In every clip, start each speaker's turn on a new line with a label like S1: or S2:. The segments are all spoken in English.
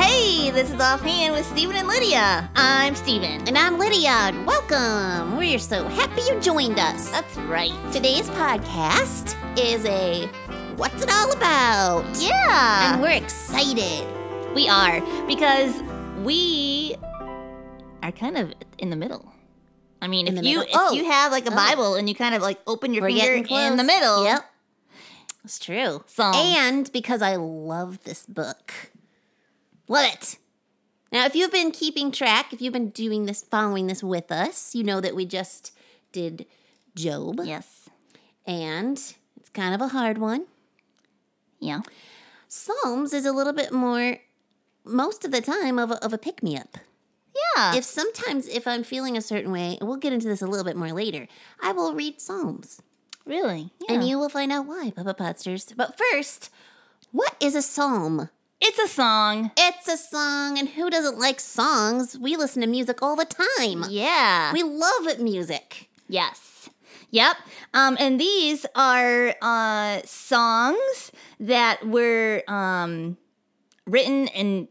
S1: This is Offhand with Stephen and Lydia. I'm Stephen.
S2: And I'm Lydia. and Welcome. We're so happy you joined us.
S1: That's right.
S2: Today's podcast is a What's It All About? And
S1: Yeah.
S2: we're excited.
S1: we are, because we are kind of in the middle. I mean,
S2: In
S1: if
S2: the
S1: you
S2: middle?
S1: if you
S2: Oh.
S1: have like a
S2: Oh.
S1: Bible and you kind of like open your
S2: We're
S1: finger
S2: getting close.
S1: in the middle,
S2: Yep.
S1: it's true. Psalm.
S2: And because I love this book. Love it. Now, if you've been keeping track, if you've been doing this, following this with us, you know that we just did Job.
S1: yes.
S2: And it's kind of a hard one.
S1: Yeah.
S2: Psalms is a little bit more, most of the time, of a, of a pick me up.
S1: Yeah.
S2: If sometimes, if I'm feeling a certain way, and we'll get into this a little bit more later, I will read Psalms.
S1: really.
S2: And you will find out why, Papa Potsters. But first, what is a psalm?
S1: It's a song.
S2: It's a song, and who doesn't like songs? We listen to music all the time.
S1: Yeah.
S2: We love music.
S1: Yes. Yep. Um, and these are uh, songs that were um, written and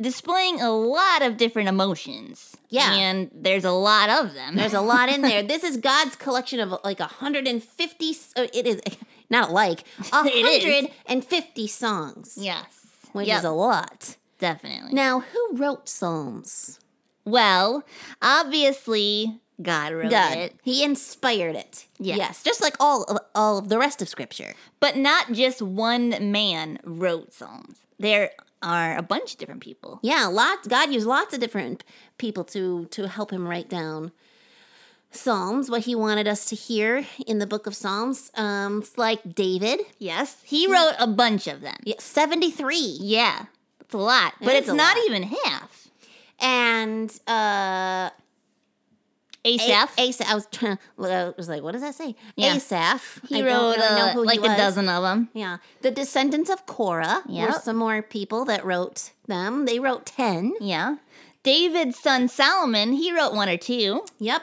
S1: displaying a lot of different emotions.
S2: Yeah.
S1: And there's a lot of them.
S2: There's a lot in there. This is God's collection of like 150. s- oh, It is not like
S1: It is.
S2: 150 songs,
S1: yes.
S2: which
S1: Yep.
S2: is a lot.
S1: Definitely.
S2: Now, who wrote psalms?
S1: well, obviously, God wrote it,
S2: He inspired it.
S1: Yes.
S2: just like all of, all of the rest of Scripture.
S1: but not just one man wrote Psalms. There are a bunch of different people.
S2: Yeah, lots. God used lots of different people to to help him write down psalms, what he wanted us to hear in the book of Psalms. Um, it's like David,
S1: Yes. He wrote a bunch of them.
S2: yeah, seventy three,
S1: Yeah, it's a lot, but
S2: is
S1: it's
S2: a
S1: not
S2: lot.
S1: even half.
S2: and uh,
S1: Asaph,
S2: A- Asaph. I was trying. I was like, what does that say?
S1: Yeah.
S2: Asaph. I
S1: he
S2: don't
S1: wrote
S2: really know
S1: uh,
S2: who he
S1: like a
S2: was.
S1: dozen of them.
S2: Yeah, the descendants of Korah were
S1: Yep.
S2: some more people that wrote them. They wrote ten.
S1: Yeah, David's son Solomon, he wrote one or two.
S2: Yep,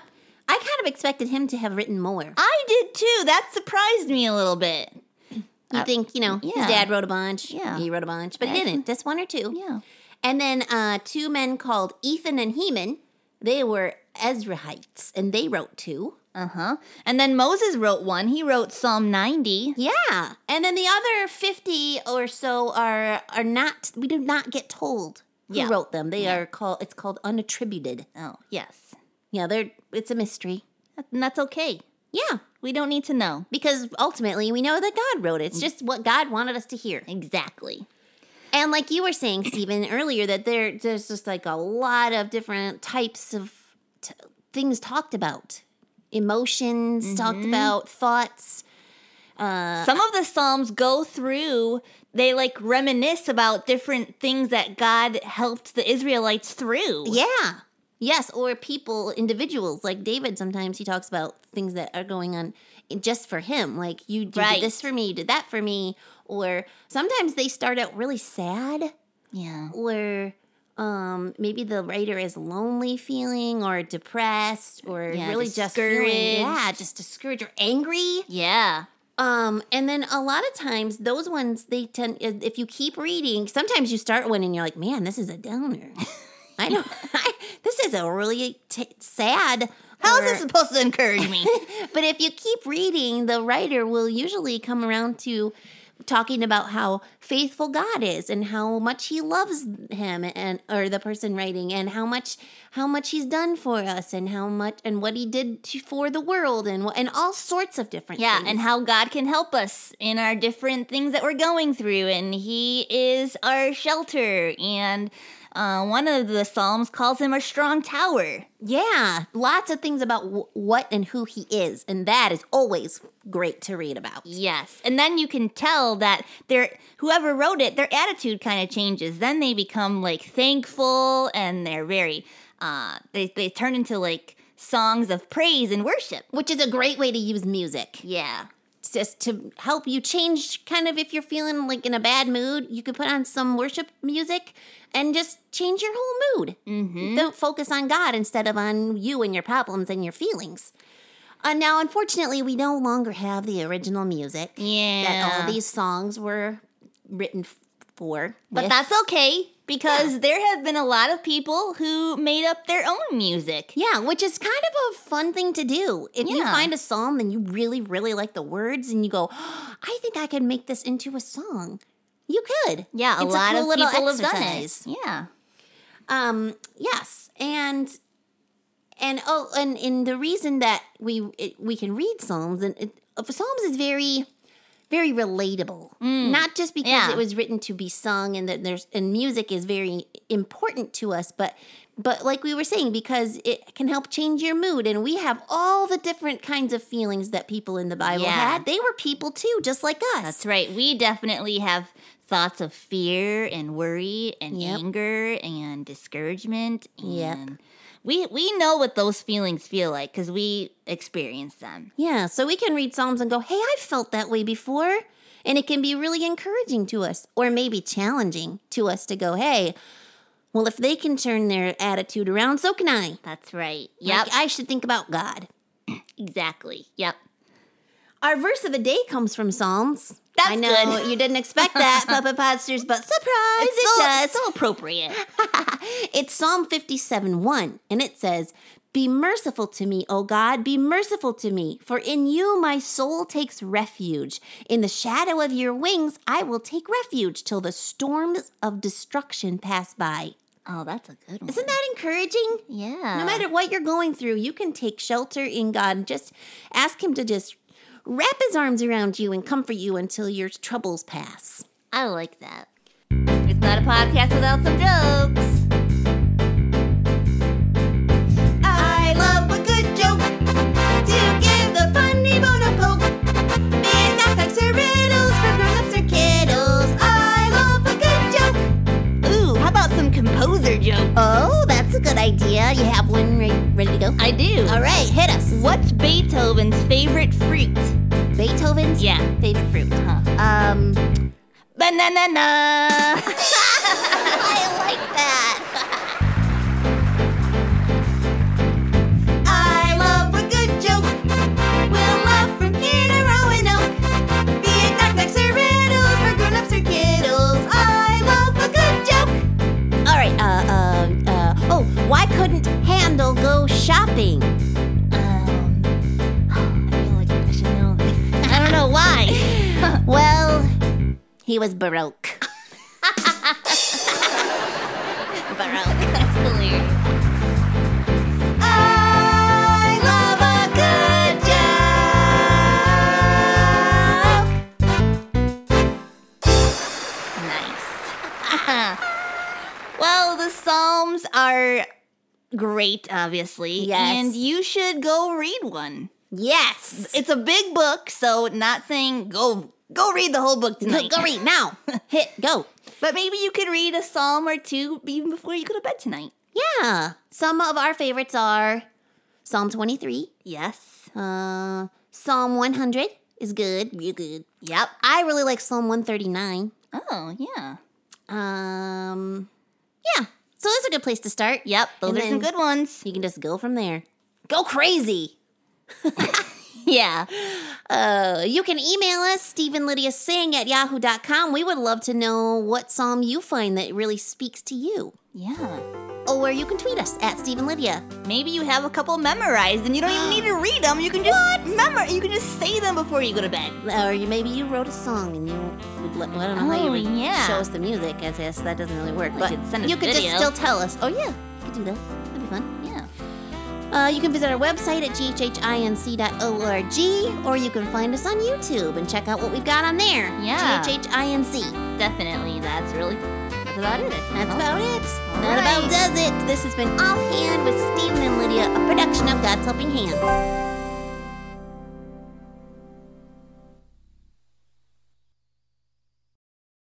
S2: I kind of expected him to have written more.
S1: I did too. That surprised me a little bit.
S2: You think, you know,
S1: Uh, yeah.
S2: his dad wrote a bunch.
S1: Yeah.
S2: He wrote a bunch, but he
S1: Yeah.
S2: didn't. Just one or two.
S1: Yeah,
S2: And then uh, two men called Ethan and Heman. They were Ezraites, and they wrote two.
S1: uh huh. And then Moses wrote one. He wrote Psalm ninety.
S2: Yeah. And then the other 50 or so are are not, we do not get told who
S1: Yeah.
S2: wrote them. They are called, it's called unattributed.
S1: Oh yes,
S2: Yeah, they're, it's a mystery.
S1: and that's okay.
S2: Yeah.
S1: We don't need to know
S2: Because ultimately we know that God wrote it. It's just what God wanted us to hear.
S1: Mm. exactly.
S2: And like you were saying, Stephen, earlier, that there there's just like a lot of different types of t- things talked about, emotions talked
S1: Mm-hmm.
S2: about, thoughts. Uh,
S1: Some of the psalms go through. They like reminisce about different things that God helped the Israelites through.
S2: yeah, yes, or people, individuals like David. Sometimes he talks about things that are going on just for him, like you, you
S1: Right.
S2: did this for me, you did that for me, or sometimes they start out really sad.
S1: yeah.
S2: where um maybe the writer is lonely feeling or depressed or
S1: Yeah,
S2: really just feeling,
S1: discouraged.
S2: yeah just discouraged or angry
S1: Yeah.
S2: um and then a lot of times those ones they tend if you keep reading sometimes you start one and you're like man this is a downer i know I, this is a really t- sad
S1: How is
S2: or-
S1: this supposed to encourage me?
S2: but if you keep reading, the writer will usually come around to talking about how faithful God is and how much he loves him and or the person writing and how much how much he's done for us and how much and what he did to, for the world and wha- and all sorts of different
S1: yeah,
S2: things.
S1: and how God can help us in our different things that we're going through, and He is our shelter. And uh, one of the Psalms calls Him a strong tower.
S2: yeah, lots of things about w- what and who he is and that is always great to read about.
S1: Yes, and then you can tell that their whoever wrote it, their attitude kind of changes. Then they become like thankful, and they're very uh, they they turn into like songs of praise and worship.
S2: Which is a great way to use music.
S1: Yeah,
S2: just to help you change kind of if you're feeling like in a bad mood you could put on some worship music and just change your whole mood
S1: mm-hmm.
S2: don't focus on god instead of on you and your problems and your feelings uh, now unfortunately we no longer have the original music
S1: yeah.
S2: that all these songs were written f- score.
S1: But
S2: with-
S1: that's okay because there have been a lot of people who made up their own music.
S2: yeah, which is kind of a fun thing to do. If you
S1: Yeah.
S2: find a song and you really, really like the words, and you go, "Oh, "I think I could make this into a song," you could.
S1: Yeah, a
S2: It's
S1: lot
S2: cool
S1: of
S2: little
S1: people
S2: exercise.
S1: have done it. Yeah.
S2: Um, yes, and and oh, and and the reason that we it, we can read Psalms and it, uh, Psalms is very very relatable, not just because
S1: Mm. yeah.
S2: it was written to be sung and that there's and music is very important to us, but but like we were saying, because it can help change your mood, and we have all the different kinds of feelings that people in the Bible
S1: Yeah.
S2: had. They were people too, just like us.
S1: That's right. We definitely have thoughts of fear and worry and
S2: Yep.
S1: anger and discouragement. And
S2: Yep.
S1: we we know what those feelings feel like because we experience them.
S2: Yeah, so we can read Psalms and go, hey, I've felt that way before. And it can be really encouraging to us, or maybe challenging to us to go, hey, well, if they can turn their attitude around, so can I.
S1: That's right. Yep.
S2: Like, I should think about God.
S1: exactly. Yep.
S2: Our verse of the day comes from Psalms.
S1: That's
S2: I know
S1: good.
S2: you didn't expect that, Puppet Podsters, but surprise,
S1: It's
S2: it
S1: so,
S2: does.
S1: it's so appropriate.
S2: It's Psalm 57 1, and it says, Be merciful to me, O God, be merciful to me, for in you my soul takes refuge. In the shadow of your wings I will take refuge till the storms of destruction pass by.
S1: Oh, that's a good one.
S2: Isn't that encouraging?
S1: yeah.
S2: No matter what you're going through, you can take shelter in God. Just ask Him to just wrap His arms around you and comfort you until your troubles pass.
S1: I like that. It's not a podcast without some jokes.
S2: I love a good joke to give the funny bone a poke. Big knocks or riddles for grown-ups or kiddos. I love a good joke.
S1: Ooh, how about some composer jokes?
S2: Oh, that's a good idea. You have one re- ready to go?
S1: I do.
S2: All right, hit us.
S1: What's Beethoven's favorite fruit?
S2: Beethoven's
S1: Yeah.
S2: favorite fruit.
S1: Huh.
S2: Um,
S1: Banana.
S2: I like that. I love a good joke. We'll laugh from here to Roanoke. Be it knock-knocks or riddles for grown-ups or kiddos. I love a good joke. All right. Uh. Uh. Uh. Oh, why couldn't Handel go shopping?
S1: um, I feel like I should know this. I don't know why.
S2: Well, he was baroque.
S1: Baroque. uh, That's hilarious.
S2: I love a good joke.
S1: Nice. well, the Psalms are great, obviously.
S2: Yes.
S1: And you should go read one.
S2: Yes.
S1: It's a big book, so not saying go go read the whole book tonight.
S2: go read now. Hit go.
S1: But maybe you could read a psalm or two even before you go to bed tonight.
S2: Yeah. Some of our favorites are Psalm 23,
S1: Yes.
S2: uh, Psalm 100 is good, real good.
S1: Yep.
S2: I really like Psalm 139.
S1: Oh, yeah.
S2: Um, yeah. So that's a good place to start.
S1: Yep. Those
S2: And
S1: are some
S2: then-
S1: good ones.
S2: You can just go from there. Go crazy.
S1: Yeah.
S2: Uh, you can email us, StephenLydiaSing at yahoo.com. We would love to know what psalm you find that really speaks to you.
S1: Yeah.
S2: Or you can tweet us at Stephen Lydia.
S1: Maybe you have a couple memorized and you don't even need to read them. You can just memor you can just say them before you go to bed.
S2: Or you, maybe you wrote a song and you would let, well, I don't know how
S1: Oh,
S2: you would
S1: yeah.
S2: show us the music. I guess that doesn't really work.
S1: We
S2: but
S1: could send us
S2: you could
S1: video.
S2: just still tell us. Oh, yeah, you could do that. That'd be fun.
S1: Yeah.
S2: Uh, you can visit our website at ghhinc.org or you can find us on YouTube and check out what we've got on there.
S1: Yeah.
S2: GHHINC.
S1: Definitely. That's really that's about it.
S2: That's about it.
S1: Oh. All
S2: That about
S1: right.
S2: does it. This has been Offhand with Stephen and Lydia, a production of God's Helping Hands.